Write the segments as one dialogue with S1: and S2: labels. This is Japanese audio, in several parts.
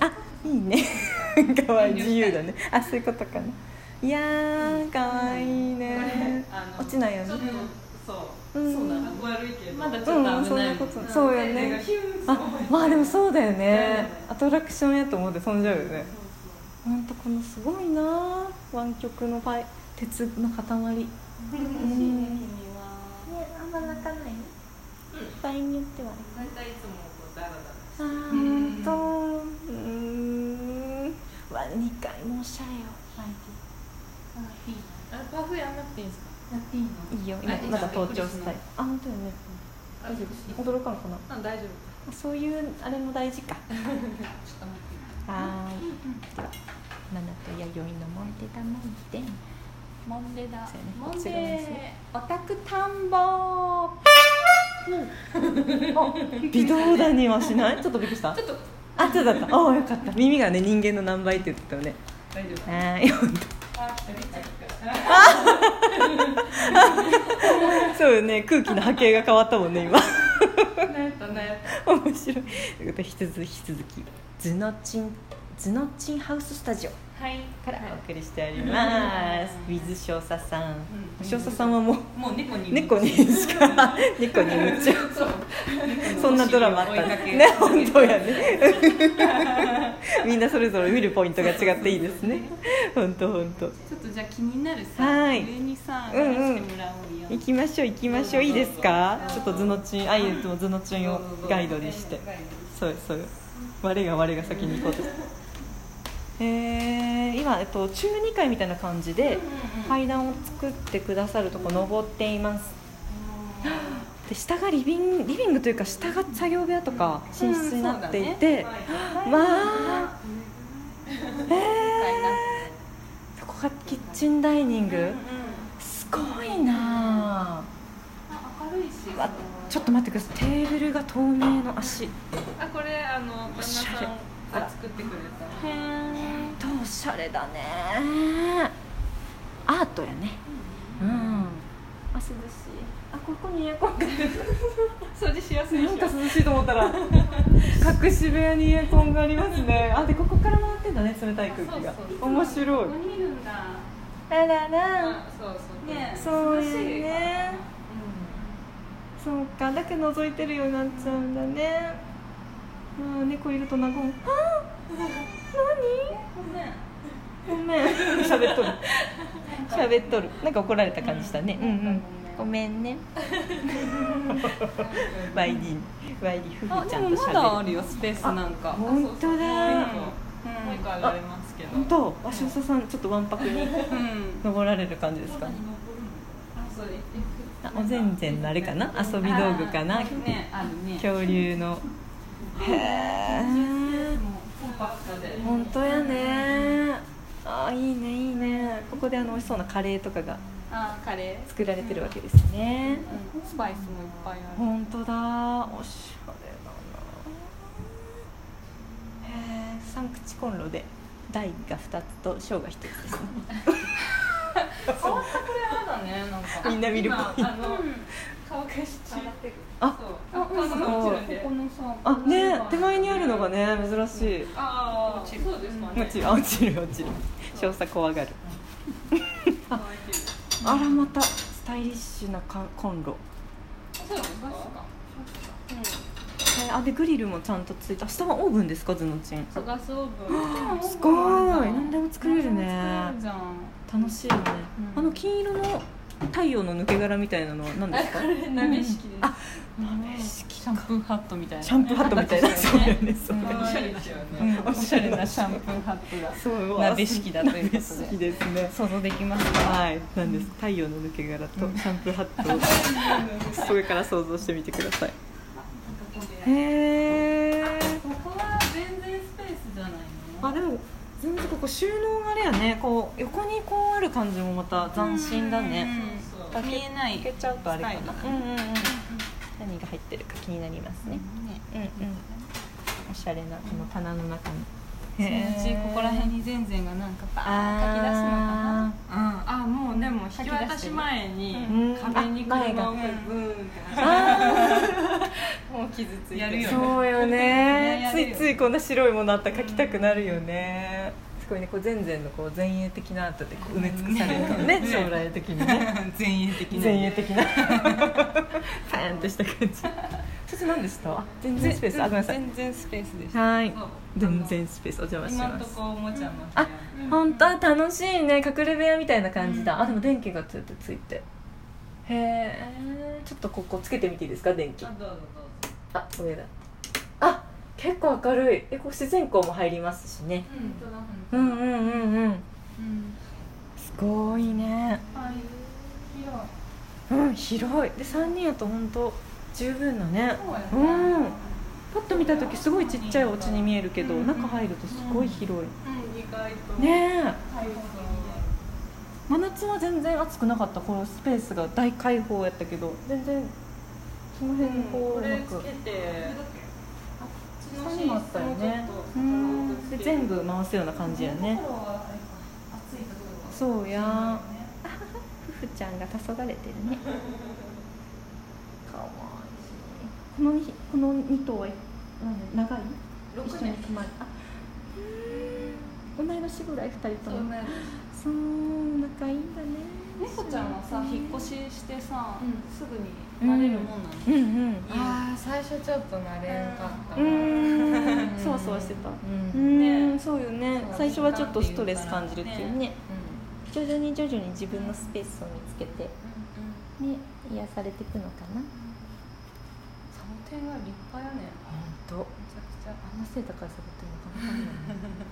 S1: あいいね かわいい自由だねあそういうことかないやーかわいいね落ちないよね
S2: ちょっとそう、
S1: うん
S2: そうだかっこ悪いけど
S3: ま
S1: う
S3: だちょっと危ない、
S1: んそんなこと
S3: ん
S1: そうよ
S2: 手が
S1: ね
S2: ヒューン
S1: あまあでもそうだよね
S2: う
S1: アトラクションやと思って飛んじゃうよねほんとこのすごいな湾曲のパイ鉄の塊
S2: そうそう
S1: うん
S2: 楽しいね君は
S3: あんま泣かない
S1: 場合によってはね
S2: 大体いつもこうダラダラ
S1: あーとうーんわ2回もおしゃれよ
S3: あパフやんなくていいんですか
S2: やっていいの
S1: いいよ今
S3: あいいじゃん
S1: まだ登頂したいあ本当よね
S3: 大丈夫
S1: 驚かんかな
S3: あ大丈夫ちょ
S1: あそういうあれも大 事か
S3: っと待って
S1: はーいではナナと弥生のモンテダモンテ
S3: モンデだ
S1: そうやね
S3: モン
S1: 違うんです
S3: デオタク田んぼ
S1: 微動だにはし ないちょっとびっくりした
S3: ちょっと
S1: あちょっとだったああよかった耳がね人間の何倍って言ってたよね
S2: 大丈夫
S1: はーい本
S2: あ喋っちゃうから
S1: 当 そうよね空気の波形が変わったもんね今
S2: なやったなやった
S1: 面白いということで引き続き引き続きズノチンズノチンハウススタジオ
S2: はい
S1: からお送りしております。ウィズ少佐さん。少佐さんはもう
S2: もう猫に
S1: 猫にしか猫に夢中。
S2: そう
S1: そんなドラマあったね。ね本当やね。 みんなそれぞれ見るポイントが違っていいですね。本当本当。
S3: ちょっとじゃあ気になるさ
S1: はい
S3: 上にさ
S1: うんうん
S3: 出してもらおうよ、
S1: 行きましょう行きましょういいですか。ちょっとズノチンあいとズノチンをガイドにして。そうよそうよ。我が我が先に行こうとして。えー、今えっと中二階みたいな感じで。階段を作ってくださるとこ登っていますで下がリビングリビングというか下が作業部屋とか寝室になっていて、わあえー、そこがキッチンダイニングすごいなあ
S2: 明るいし
S1: わちょっと待ってくださいテーブルが透明の足ど
S2: あこれあの旦那
S1: おし
S2: さ
S1: ゃれ
S2: んが作ってくれた
S3: へー
S1: うおしゃれだねアートやねうん
S3: あ涼しいあここにエアコンが
S2: 掃除しやすいでし
S1: な
S2: ょ
S1: んか涼しいと思ったら隠し部屋にエアコンがありますね あでここから回ってんだね冷たい空気が
S2: そうそう
S1: 面白い
S2: ここにいるんだ
S1: あらら
S2: あそうそう
S3: ね
S1: そうや
S2: 涼しい
S1: ねそうかだけど覗いてるようになっちゃうんだねまあ猫いると和むあ
S2: ね
S1: ごめん喋っ とる喋っとるなんか怒られた感じしたねうんうんごめんねワイリンワイリフフちゃんと喋る
S3: よスペース
S1: なん
S3: か
S1: 本当
S2: うん
S1: だ
S2: もう一個上がりますけど
S1: 本当鷲尾さんちょっとわんぱくに
S3: うん
S1: 登られる感じですか
S2: あそう
S1: あおぜんぜんのあれかな遊び道具かな
S3: ねあるね
S1: 恐竜のへえ
S2: コンパクトで
S1: 本当やねあいいねいいねここであの美味しそうなカレーとかが
S3: あカレ
S1: 作られてるわけですね
S3: ー、うん、スパイスもいっぱいある
S1: 本当だおしゃれだなへえ三口コンロで台が2つと小が1つですね
S2: 変わったこれはだねなんか
S1: みんな見る
S2: 今
S1: ポイント
S2: あの乾かし中
S1: あ
S2: そう乾かし中で
S3: このさ
S1: あね手前にあるのがね珍しい
S2: ああそうですかね
S1: 落ちる落ちる落ちる少佐怖がる
S2: 乾いてる
S1: あらまたスタイリッシュなかコンロ
S2: そうですか
S1: えーあでグリルもちゃんとついた下はオーブンですかズノチン
S2: そうガスオーブン
S1: すごい何でも作れるね
S3: 作れるじゃん
S1: 楽しいよね、
S3: うん
S1: あの金色の太陽の抜け殻みたいなのは何ですか
S2: 鍋敷きです
S1: 豆式
S3: シャンプーハットみたいな
S1: シャンプーハットみたいなそうだよねそうだ
S2: お
S1: ね
S2: しゃれですよね
S3: おしゃれなシャンプーハットが
S1: そうわ
S3: 鍋敷きだということで
S1: 鍋式ですね
S3: 想像できますか
S1: はいなんです太陽の抜け殻とシャンプーハットをそれから想像してみてくださいへえ
S2: ここは全然スペースじゃないの
S1: あでも全然ここ収納があれやねこう横にこうある感じもまた斬新だね
S2: そう
S1: 開け
S3: 見えない
S1: 開けちゃうとあれかな
S3: スタイ
S1: うんうんうん何が入ってるか気になりますねうんうんおしゃれなこの棚の中に
S3: そのうちここら辺に全然がなんかバーン書き出すのかなうんあ
S2: あもうでも引き渡し前に
S1: うん
S2: 壁に車をブ
S1: うん
S2: ーンって もう傷ついて
S3: やるよね
S1: そうよ
S3: ね
S1: ね
S3: や
S1: つ
S3: れる
S1: い
S3: よ
S1: ついこんな白いものあったら描きたくなるよね、すごいねこう全然のこう前衛的なアートでこう埋め尽くされるからね
S3: ね
S1: 将来的に ね
S3: 前衛的
S1: 前衛的なパーンとした感じそして何でしたあ全然スペースあごめんなさい
S2: 全然スペースでした
S1: はい
S3: そう
S1: 全然スペースお邪魔し
S3: 今ん
S1: ま
S3: と
S1: す
S3: こおもちゃの部屋
S1: あ本当は楽しいね隠れ部屋みたいな感じだ、あでも電気がついてついてへえちょっとここつけてみていいですか電気
S3: あどうぞどうぞ
S1: あ上だあ結構明るいえこう自然光も入りますしね
S3: うん
S2: 本当だ本当
S1: う
S2: だ
S1: んうんうんうん
S3: うん
S1: すごいね
S2: あ広い
S1: うん広いで3人やと本当十分だね
S2: そうやね
S1: うんパッと見た時すごいちっちゃいお家に見えるけど
S2: うん
S1: 中入るとすごい広
S2: うん意外と
S1: いねえ
S2: 開放
S1: 真夏は全然暑くなかったこのスペースが大開放やったけど全然その辺にこ
S2: こ
S1: うう
S2: れ
S1: ま
S2: つ
S1: く
S2: けてあっちの
S1: そういう
S2: 寝
S1: のもあ
S2: 室
S1: ったよ
S2: もちょ
S1: ね
S2: っ
S1: う
S2: と
S1: んで全部回すような感じやねそうやーふふちゃんが黄昏れてるねかわいいこのにこの2頭はなんだ長い
S2: 六
S1: 一緒に
S2: 年
S1: 決まるあうーん同い年ぐらい2人と
S2: そう
S1: も
S2: ね
S1: そう仲いいんだね
S2: 猫ちゃんはさ引っ越ししてさ、
S3: うん
S2: すぐに慣れるもんなの、
S1: うんうん
S3: あー最初ちょっと慣れんかった
S1: うーん
S3: うん
S1: そわそわしてた
S3: うん
S1: うん、
S2: ね
S1: そうよね
S3: そう
S1: 最初はちょっとストレス感じるっていうね
S3: う
S1: 徐々に徐々に自分のスペースを見つけてね
S2: うん
S1: 癒されていくのかな
S2: サボテンは立派やね
S1: 本当
S2: めちゃくちゃ
S1: あんな背高いサボテンのかなかんない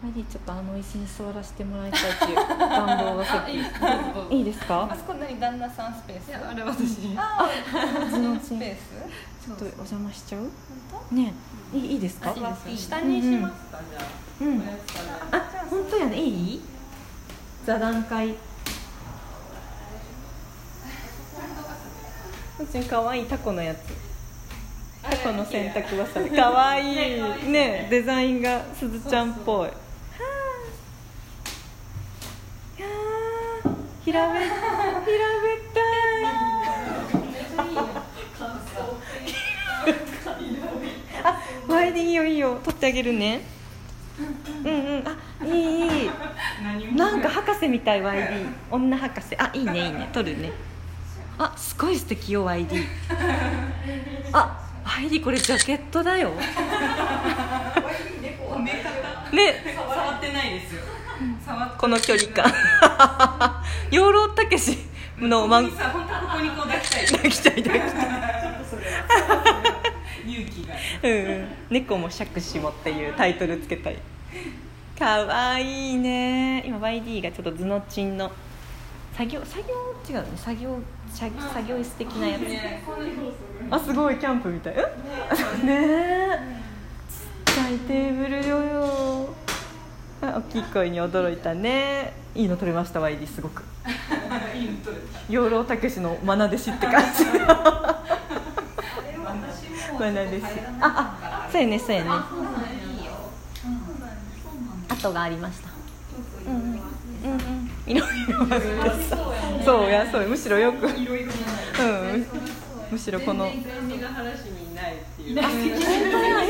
S1: マリーちょっとあの椅子に座らせてもらいたいっていう願望が
S2: あいい
S1: せ
S2: どう ぞ
S1: いいです
S2: あ
S1: か
S2: そこ何旦那さんスペース
S3: いやあれ私
S2: あ
S1: うち
S2: ー
S1: のう
S2: ス
S1: ち
S2: ペ
S1: に
S2: ース
S1: ちょっとお邪魔しちゃう
S2: 本
S1: ねえいいいいです
S2: 当
S1: か
S3: あいいですよ
S2: 下にしますか、じゃあ
S1: うん
S2: これ使う
S1: あ本当やねいい座談会うちかわいいタコのやつタコの洗濯バサミかわいい
S2: ね可愛い
S1: ねデザインがすずちゃんっぽいはあいやーひらべひらべ たいあ前でいいよいいよ取ってあげるねうんうんあいいいい
S3: 何
S1: なんか博士みたい YD 女博士あいいねいいね撮るねあすごい素敵よ YD あ YD これジャケットだよ
S3: 目方
S1: ね
S3: 触ってないですよ触って
S1: この距離感 養老たけしの
S3: ここ
S1: 漫
S3: にさ本当ここにこう抱きたい
S1: 画 抱きたい抱きた
S3: 勇気が
S1: い、うんうん、猫も杓子もっていうタイトルつけたいかわいいね今 YD がちょっと頭のちんの作業作業違うね作業作作業椅子的なやつ
S2: ねこんなに
S1: あすごいキャンプみたいうん ねえちっちゃいテーブルよよあ大きい声に驚いたねいいの撮れました YD すごく
S3: いいの取れ
S1: 養老たけしの愛弟子って感じ
S3: 私も
S1: 愛弟子ああそうやねそうやね
S2: そうなんやいいよ
S1: 跡がありましたうんうんうんうんいろいろあってさ
S2: そうやね
S1: そうやそうやむしろよくうん
S3: いろいろ
S1: むしろこの
S2: 全然全然
S3: 原市にいないっていう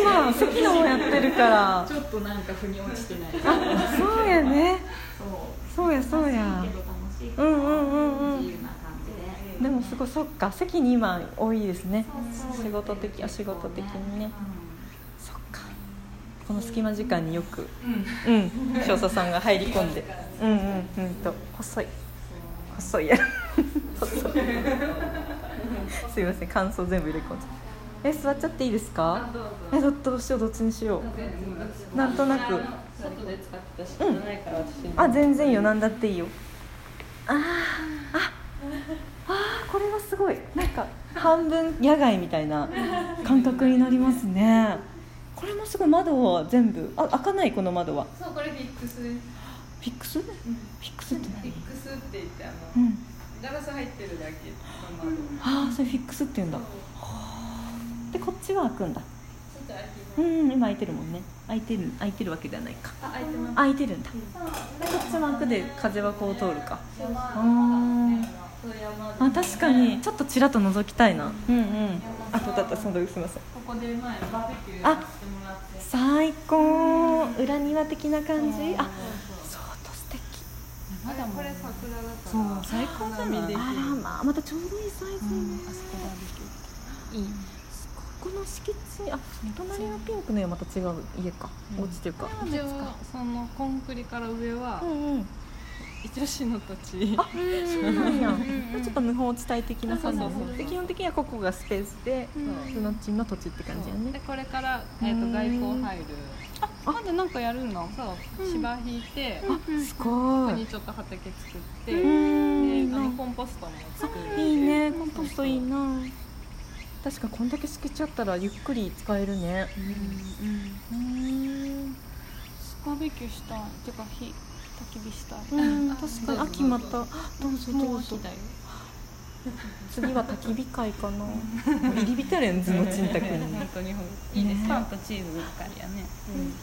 S1: 今関野もやってるから
S3: ちょっとなんか腑に落ちてない
S1: あそうやね
S4: そう
S1: そうやそうや
S4: けど楽しい
S1: うんうんうんうん
S4: 自由な感じで
S1: でもすごいそっか席に今多いですね
S4: そうそう
S1: 仕事的お仕事的にねそっかこの隙間時間によくうん少佐さんが入り込んでうんうんうんと細い細いや 細いすいません感想全部入れ込んでえ座っちゃっていいですか
S2: どうぞ
S1: えどどうしようどっちにしようなんとなく
S2: 外で使ってたし知らないから私に
S1: あ全然よ何だっていいよあーああーこれはすごいなんか半分野外みたいな感覚になりますねこれもすごい窓は全部あ開かないこの窓は
S2: そうこれフィックスです
S1: フィックスフィックスって
S2: フィ
S1: 何
S2: ックスって言ってあの
S1: うん
S2: ガラス入ってるだけ
S1: ああそれフィックスって言うんだでこっちは開くんだ
S2: こ
S3: って開い
S1: う
S3: てます
S1: ん今空いてるもんね空いてる空いてるわけではないか
S3: あ開いてます
S1: 空いてるんだ
S2: そう
S1: こっちの枠で風はこう通るか
S2: 山
S1: あー
S2: そう山です
S1: あ
S2: ね
S1: 確かにちょっとちらっと覗きたいなうんうんあとだったそのすみません
S2: ここで前バーベキューやってもらって
S1: 最高裏庭的な感じあ相当素敵
S2: まだこれ桜だか
S1: そ
S2: ら
S1: う最高じゃない
S3: 花見できる
S1: あらまあまたちょうどいいサイズね、ここの敷地あ隣のピンクの家はまた違う家か、お家というか
S5: 一応そのコンクリから上は
S1: うんうん
S5: 一応市の土地
S1: あそうなんやちょっと無法地帯的な感じ
S5: そうそうそう
S1: で基本的にはここがスペースで
S5: うん
S1: そのちの土地って感じや
S5: で
S1: ね
S5: これから、えー、と外交入る
S1: あ
S5: あまだなんかやるのそう芝引いて、こ
S1: あすご
S5: こ
S1: い
S5: にちょっと畑作って、
S1: う
S5: で
S1: ん
S5: あのコンポストも作る
S1: いいねコンポストいいな確かこんだけ敷地あったらゆっくり使えるね
S5: うんうん
S1: うん
S5: バーベキューしたいっていうか火焚き火したい
S1: うん確かに秋またあどうぞ
S5: も
S1: ど
S5: う
S1: うぞ
S5: 秋だよ
S1: 次は焚き火会かな入り浸れんずのちんたくに
S5: 本当にほん
S2: いいね
S1: ね
S2: パンとチーズばっかりやね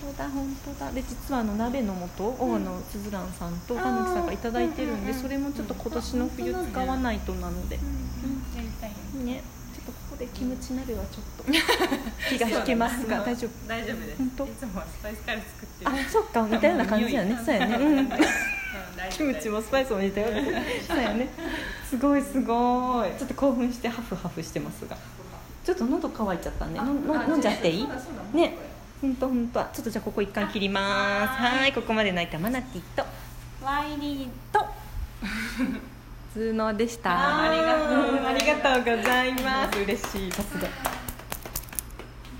S1: 本当だ本当だで実はあの鍋の素大野つづらんさんとたぬきさんが頂いただいてるんで、それもちょっと今年の冬使わないとなので、
S2: やりたいよね
S1: ねちょっとここでキムチ鍋はちょっと気が引けますが大丈夫
S3: 大丈夫です
S1: 本当
S3: いつもはスパイスカレー作ってる
S1: あそっか似たような感じやねそうやね うん
S3: うん大
S1: キ
S3: 丈夫
S1: ムチもスパイスも似たようなそうやねすごいすごいちょっと興奮してハフハフしてますがちょっと喉乾いちゃったねのの飲んじゃっていいね本当本当ちょっとじゃあここ一回切りますはいここまで泣いたマナティと
S2: ワイリー
S1: と頭脳でした
S2: あーありがとうございま す
S1: ありがとうございます嬉しいパスで